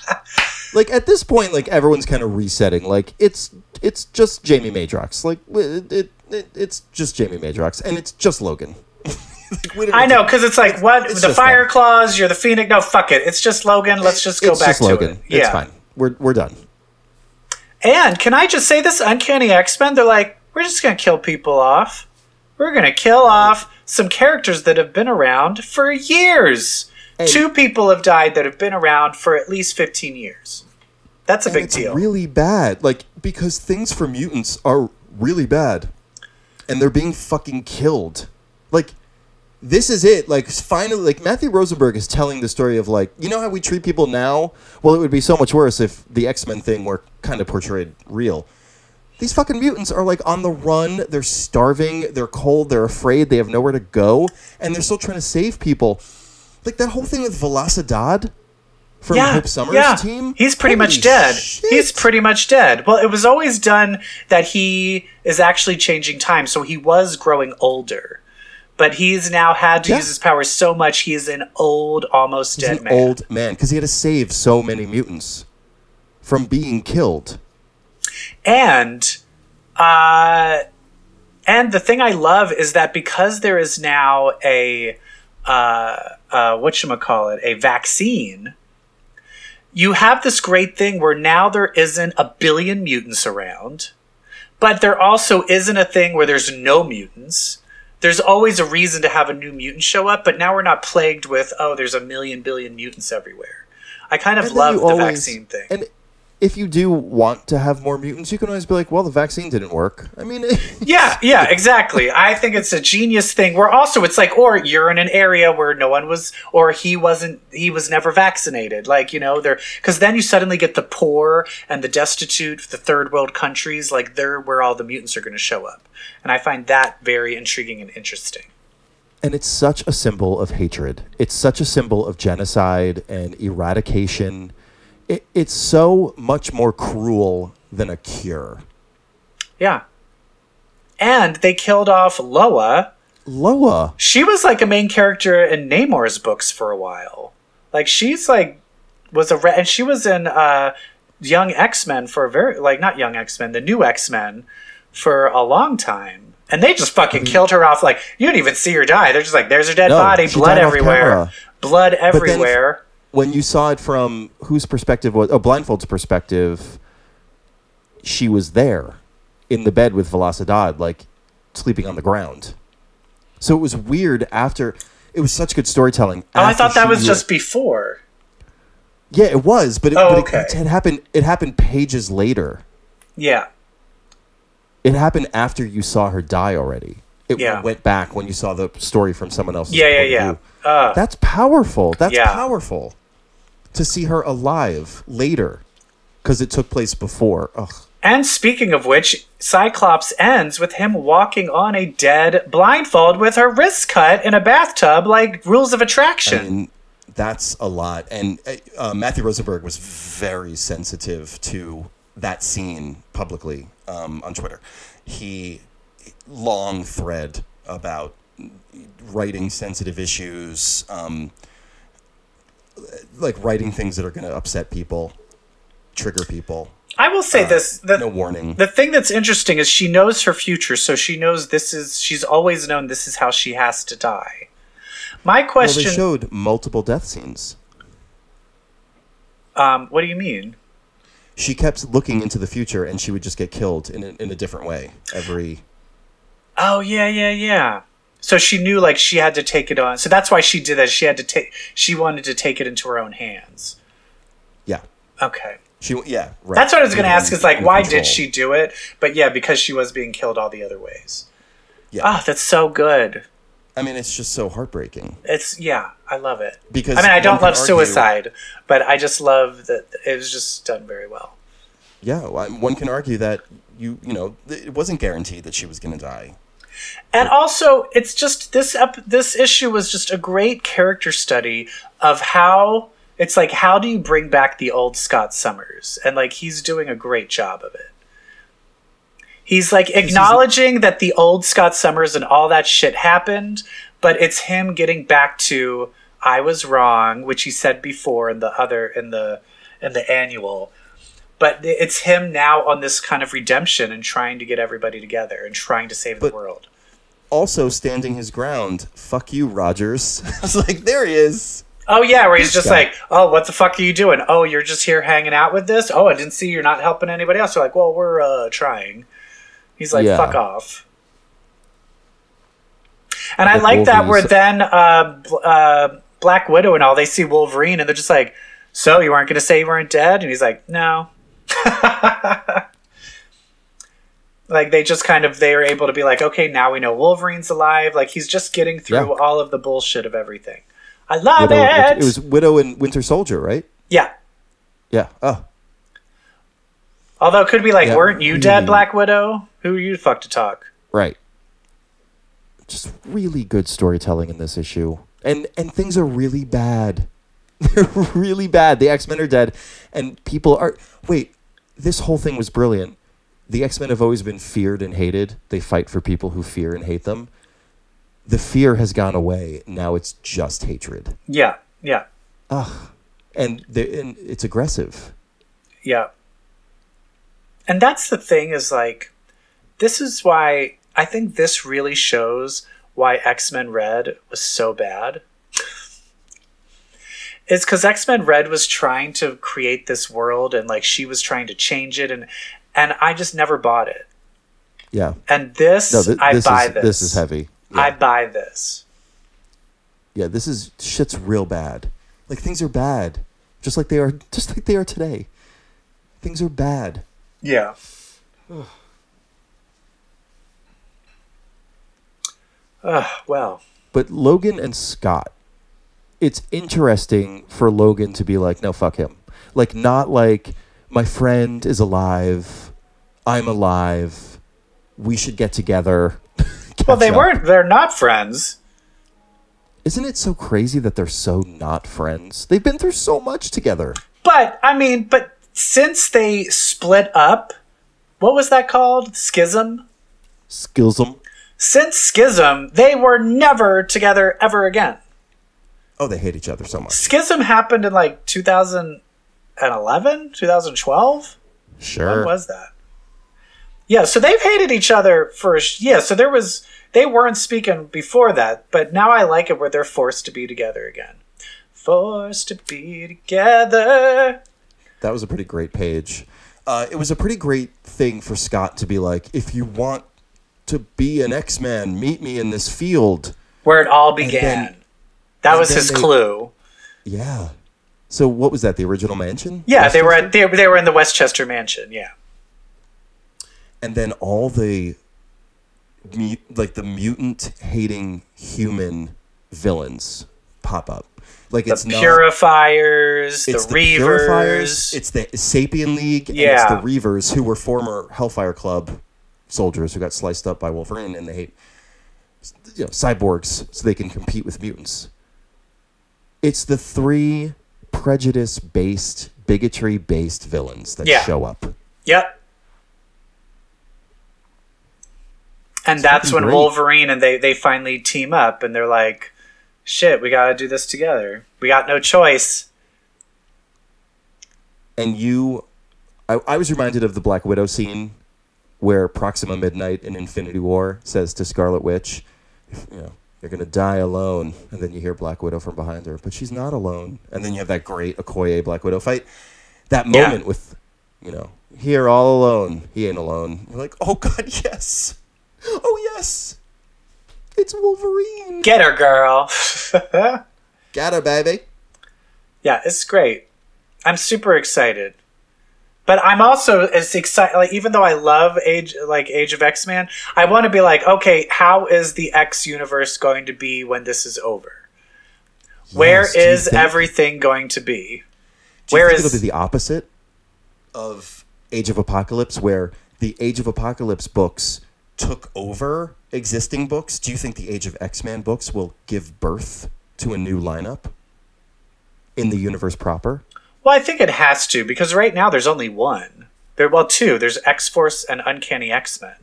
Like at this point, like everyone's kind of resetting. Like it's it's just Jamie Madrox. Like it, it, it it's just Jamie Madrox, and it's just Logan. [laughs] We don't I need to- know because it's like what the just fire fun. claws. You're the phoenix. No, fuck it. It's just Logan. Let's just go it's back just to Logan. it. It's fine. We're we're done. And can I just say this? Uncanny X Men. They're like, we're just gonna kill people off. We're gonna kill off some characters that have been around for years. Two people have died that have been around for at least 15 years. That's a And big it's deal. really bad. Like because things for mutants are really bad, and they're being fucking killed. Like this is it. Like finally, like Matthew Rosenberg is telling the story of like you know how we treat people now. Well, it would be so much worse if the X Men thing were kind of portrayed real. These fucking mutants are like on the run. They're starving. They're cold. They're afraid. They have nowhere to go, and they're still trying to save people. Like that whole thing with Velocidad from yeah, Hope Summers' yeah. team. He's pretty Holy much dead. shit. He's pretty much dead. Well, it was always done that he is actually changing time, so he was growing older. But he's now had to Yeah. use his powers so much he is an old, almost He's dead an man. old man because he had to save so many mutants from being killed. and uh, and the thing I love is that because there is now a uh, uh, what call it a vaccine, you have this great thing where now there isn't a billion mutants around, but there also isn't a thing where there's no mutants. There's always a reason to have a new mutant show up, but now we're not plagued with oh, there's a million billion mutants everywhere. I kind of And then love you the always- vaccine thing. And if you do want to have more mutants, you can always be like, "Well, the vaccine didn't work." I mean, [laughs] Yeah, yeah, exactly. I think it's a genius thing. Where also it's like, or you're in an area where no one was, or he wasn't, he was never vaccinated. Like you know, they're because then you suddenly get the poor and the destitute, the third world countries. Like they're where all the mutants are going to show up, and I find that very intriguing and interesting. and it's such a symbol of hatred. It's such a symbol of genocide and eradication. It, it's so much more cruel than a cure. Yeah, and they killed off Loa. Loa, She was like a main character in Namor's books for a while. Like she's like was a re- and she was in uh Young X-Men for a very like not Young X-Men, the new X-Men for a long time. And they just fucking killed her off like you didn't even see her die. They're just like there's her dead Mm-hmm. No, body, she blood died off everywhere. camera. Blood if- everywhere. when you saw it from whose perspective was oh blindfold's perspective she was there in the bed with velocidad like sleeping on the ground so it was weird after it was such good storytelling Oh, I After thought that she- was just before. yeah it was but it, Oh, but it- okay. it, happened it happened pages later Yeah. it happened after you saw her die already it Yeah. went back when you saw the story from someone else's Yeah, yeah, point of yeah. Uh, view. that's powerful that's Yeah. powerful to see her alive later because it took place before Ugh. And speaking of which, Cyclops ends with him walking on a dead blindfold with her wrists cut in a bathtub, like rules of attraction. and that's a lot. And uh, Matthew Rosenberg was very sensitive to that scene publicly um, on Twitter. He long thread about writing sensitive issues, um, like writing things that are going to upset people, trigger people. I will say this: the, uh, No warning. the thing that's interesting is she knows her future, so she knows this is. She's always known this is how she has to die. My well, they question: showed multiple death scenes. um, What do you mean? She kept looking into the future, and she would just get killed in a, in a different way every. Oh yeah, yeah, yeah. So she knew like she had to take it on. So that's why she did that. She had to take. She wanted to take it into her own hands. Yeah, Okay. She, yeah, right. That's what I was going to In- ask is like, in why control. did she do it? But yeah, because she was being killed all the other ways. Yeah. Ah, that's so good. I mean, it's just so heartbreaking. It's, yeah, I love it. Because I mean, I one don't could love argue- suicide, but I just love that it was just done very well. Yeah, well, I- one can argue that you, you know, th- it wasn't guaranteed that she was going to die. And also, it's just this up this issue was just a great character study of how it's like how do you bring back the old Scott Summers? And like he's doing a great job of it. He's like acknowledging that the old Scott Summers and all that shit happened, but it's him getting back to I was wrong, which he said before in the other in the in the annual. But it's him now on this kind of redemption and trying to get everybody together and trying to save But- the world. Also standing his ground. Fuck you, Rogers. [laughs] I was like, there he is. Oh yeah, where he's just guy. like, "Oh, what the fuck are you doing? Oh, you're just here hanging out with this. Oh, I didn't see you're not helping anybody else." You're like, "Well, we're uh, trying." He's like, Yeah. "Fuck off." And I Like like that where Wolverine's- then uh, bl- uh, Black Widow and all they see Wolverine and they're just like, "So you weren't going to say you weren't dead?" And he's like, "No." [laughs] like they just kind of they are able to be like, "Okay, now we know Wolverine's alive." Like he's just getting through Yeah. all of the bullshit of everything. I love Widow, it. it was Widow and Winter Soldier, right? Yeah. Yeah. Oh, Although it could be like, Yeah. weren't you dead, Hmm. Black Widow? Who are you the fuck to talk? Right. Just really good storytelling in this issue. And and things are really bad. [laughs] They're really bad. The X-Men are dead and people are Wait, this whole thing was brilliant. The X-Men have always been feared and hated. They fight for people who fear and hate them. The fear has gone away. Now it's just hatred. Yeah, yeah, And the and it's aggressive. yeah. And that's the thing is like, this is why I think this really shows why X Men Red was so bad. It's because X Men Red was trying to create this world and like she was trying to change it and and I just never bought it. Yeah. And this, No, th- I this buy is this. this is heavy. Yeah. I buy this. Yeah, this is shit's real bad. Like things are bad, just like they are, just like they are today. Things are bad. Yeah. Ugh, well, But Logan and Scott, it's interesting for Logan to be like, no, fuck him. Like not like my friend is alive, I'm alive, we should get together. [laughs] well, they catch up. weren't. They're not friends. Isn't it so crazy that they're so not friends? They've been through so much together. But I mean, but since they split up, what was that called? Schism. Skills them. Since schism, they were never together ever again. Oh, they hate each other so much. Schism happened in like 2011, 2012. Sure. When was that? Yeah, so they've hated each other for sh- yeah. So there was they weren't speaking before that, but now I like it where they're forced to be together again. Forced to be together. That was a pretty great page. Uh, it was a pretty great thing for Scott to be like, if you want to be an X Man, meet me in this field. Where it all began. then- that was then his they- clue. Yeah. So what was that? The original mansion? Yeah, they were at they, they were in the Westchester mansion. Yeah, And then all the, mu- like the mutant hating human villains pop up. Like it's the not. purifiers, the it's reavers. Purifiers, it's the Sapien League, Yeah. and it's the Reavers, who were former Hellfire Club soldiers who got sliced up by Wolverine, and they hate you know, cyborgs so they can compete with mutants. It's the three prejudice-based, bigotry-based villains that Yeah. show up. Yep. And that's fucking when great. Wolverine and they they finally team up and they're like, "Shit, we got to do this together. We got no choice." and you I, I was reminded of the black widow scene where proxima midnight in infinity war says to scarlet witch if- you know you're going to die alone and then you hear black widow from behind her but she's not alone and then you have that great okoye black widow fight that Yeah. moment with you know here all alone he ain't alone you're like oh god [laughs] yes oh yes it's wolverine Get her, girl. [laughs] got her baby yeah, it's great. I'm super excited. But I'm also as excited. Like, even though I love Age, like Age of X Man, I want to be like, okay, how is the X universe going to be when this is over? Where Yes, do you is think- everything going to be? Do you Where think is- it'll be the opposite of Age of Apocalypse, where the Age of Apocalypse books took over existing books? Do you think the Age of X Men books will give birth to a new lineup in the universe proper? Well, I think it has to because right now there's only one. There, well, two. There's X Force and Uncanny X Men.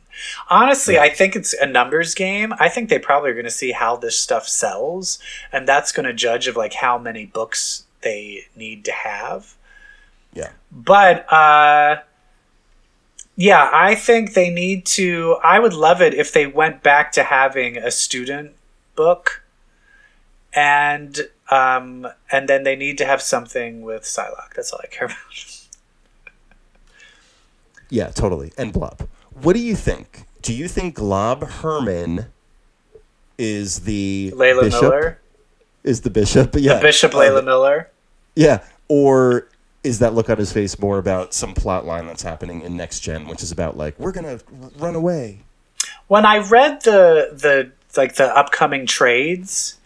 Honestly, I think it's a numbers game. I think they probably are going to see how this stuff sells, and that's going to judge of like how many books they need to have. Yeah. But uh, yeah, I think they need to. I would love it if they went back to having a student book, and um, and then they need to have something with Psylocke. That's all I care about. Yeah, totally. And Blob. What do you think? Do you think Glob Herman is the Layla bishop? Miller, Is the bishop? Yeah. Bishop Uh, Layla Miller. Yeah. Or is that look on his face more about some plot line that's happening in next gen, which is about like we're gonna r- run away? When I read the the like the upcoming trades,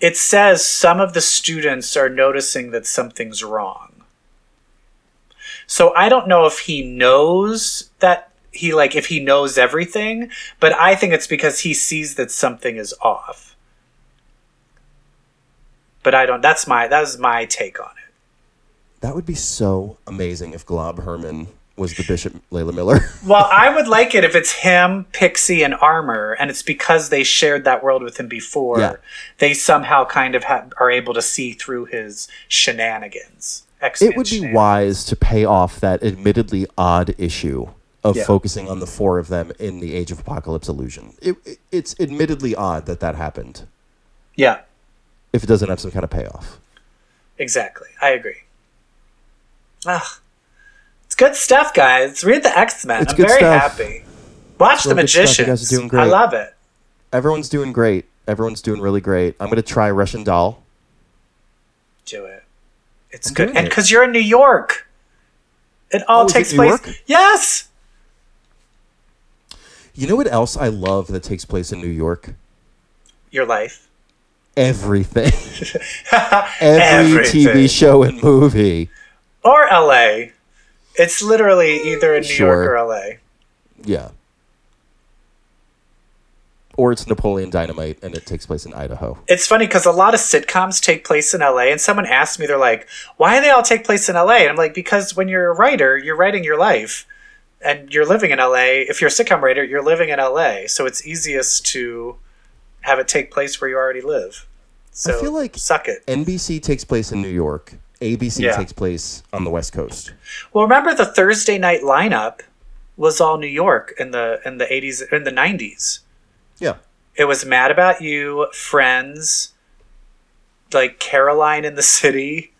it says some of the students are noticing that something's wrong. So I don't know if he knows that he like if he knows everything, but I think it's because he sees that something is off. But I don't that's my that was my take on it. That would be so amazing if Glob Herman was the bishop Layla Miller. [laughs] Well, I would like it if it's him, Pixie, and Armor, and it's because they shared that world with him before. Yeah. They somehow kind of ha- are able to see through his shenanigans. X-Men it would be shenan- wise to pay off that admittedly odd issue of Yeah. focusing on the four of them in the Age of Apocalypse illusion. It, it- it's admittedly odd that that happened Yeah, if it doesn't have some kind of payoff. exactly. I agree. Ugh. It's good stuff, guys. Read the X-Men. It's I'm good very stuff. happy. Watch The really good stuff. You guys are Magicians. doing great. I love it. Everyone's doing great. Everyone's doing really great. I'm going to try Russian Doll. Do it. It's I'm good. doing And it. because you're in New York, it all Oh, is it takes New place. York? Yes. You know what else I love that takes place in New York? Your life. Everything. [laughs] Every Everything. TV show and movie. or LA. It's literally either in New York Sure. or LA. Yeah. Or it's Napoleon Dynamite and it takes place in Idaho. It's funny because a lot of sitcoms take place in LA, and someone asked me, they're like, why do they all take place in LA? And I'm like, because when you're a writer, you're writing your life and you're living in LA. If you're a sitcom writer, you're living in LA. So it's easiest to have it take place where you already live. So feel like- suck it. NBC takes place in New York. ABC Yeah. takes place on the West Coast. Well, remember the Thursday night lineup was all New York in the in the 80s in the 90s. Yeah. It was Mad About You, Friends, like Caroline in the City.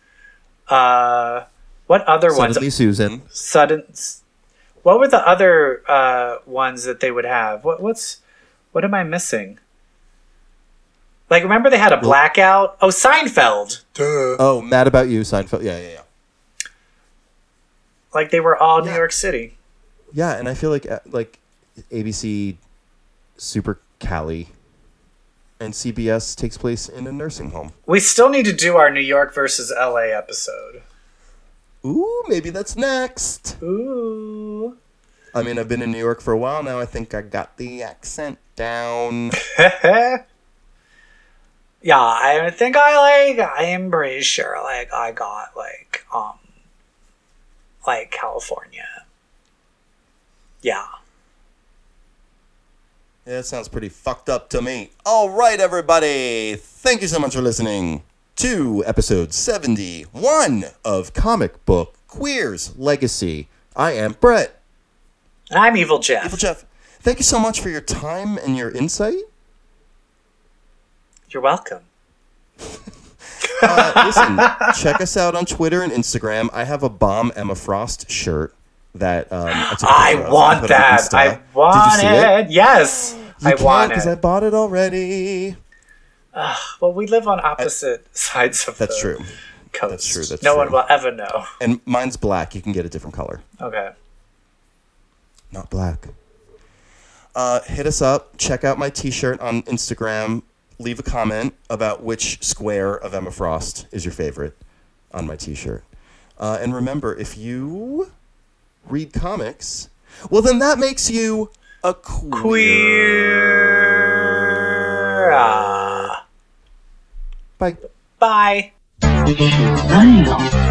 Uh, what other Suddenly ones? Susan. Sudden. What were the other uh, ones that they would have? What what's what am I missing? Like remember they had a blackout. Oh, Seinfeld. Oh, Mad About You, Seinfeld. Yeah, yeah, yeah. Like they were all New Yeah. York City. Yeah, and I feel like uh, like ABC Super Cali and CBS takes place in a nursing home. We still need to do our New York versus LA episode. Ooh, maybe that's next. Ooh. I mean, I've been in New York for a while now. I think I got the accent down. Yeah, I think I like. I am pretty sure like I got like um, like California. Yeah. Yeah, that sounds pretty fucked up to me. All right, everybody. Thank you so much for listening to episode 71 of Comic Book Queers Legacy. I am Brett. And I'm Evil Jeff. Evil Jeff, thank you so much for your time and your insight. You're welcome. Uh, [laughs] listen, check us out on Twitter and Instagram. I have a bomb Emma Frost shirt that um, I, took a I picture of and want put it on that. Insta. I want Did you see it? it. Yes, I want because it. I bought it already. Well, we live on opposite [laughs] sides of That's the true. coast. That's true, that's no true. one will ever know. And mine's black. You can get a different color. Okay. not black. Uh, hit us up. Check out my T-shirt on Instagram. Leave a comment about which square of Emma Frost is your favorite on my T-shirt. Uh, and remember, if you read comics, well, then that makes you a queer. Queer. Bye. uh, Bye. Nail.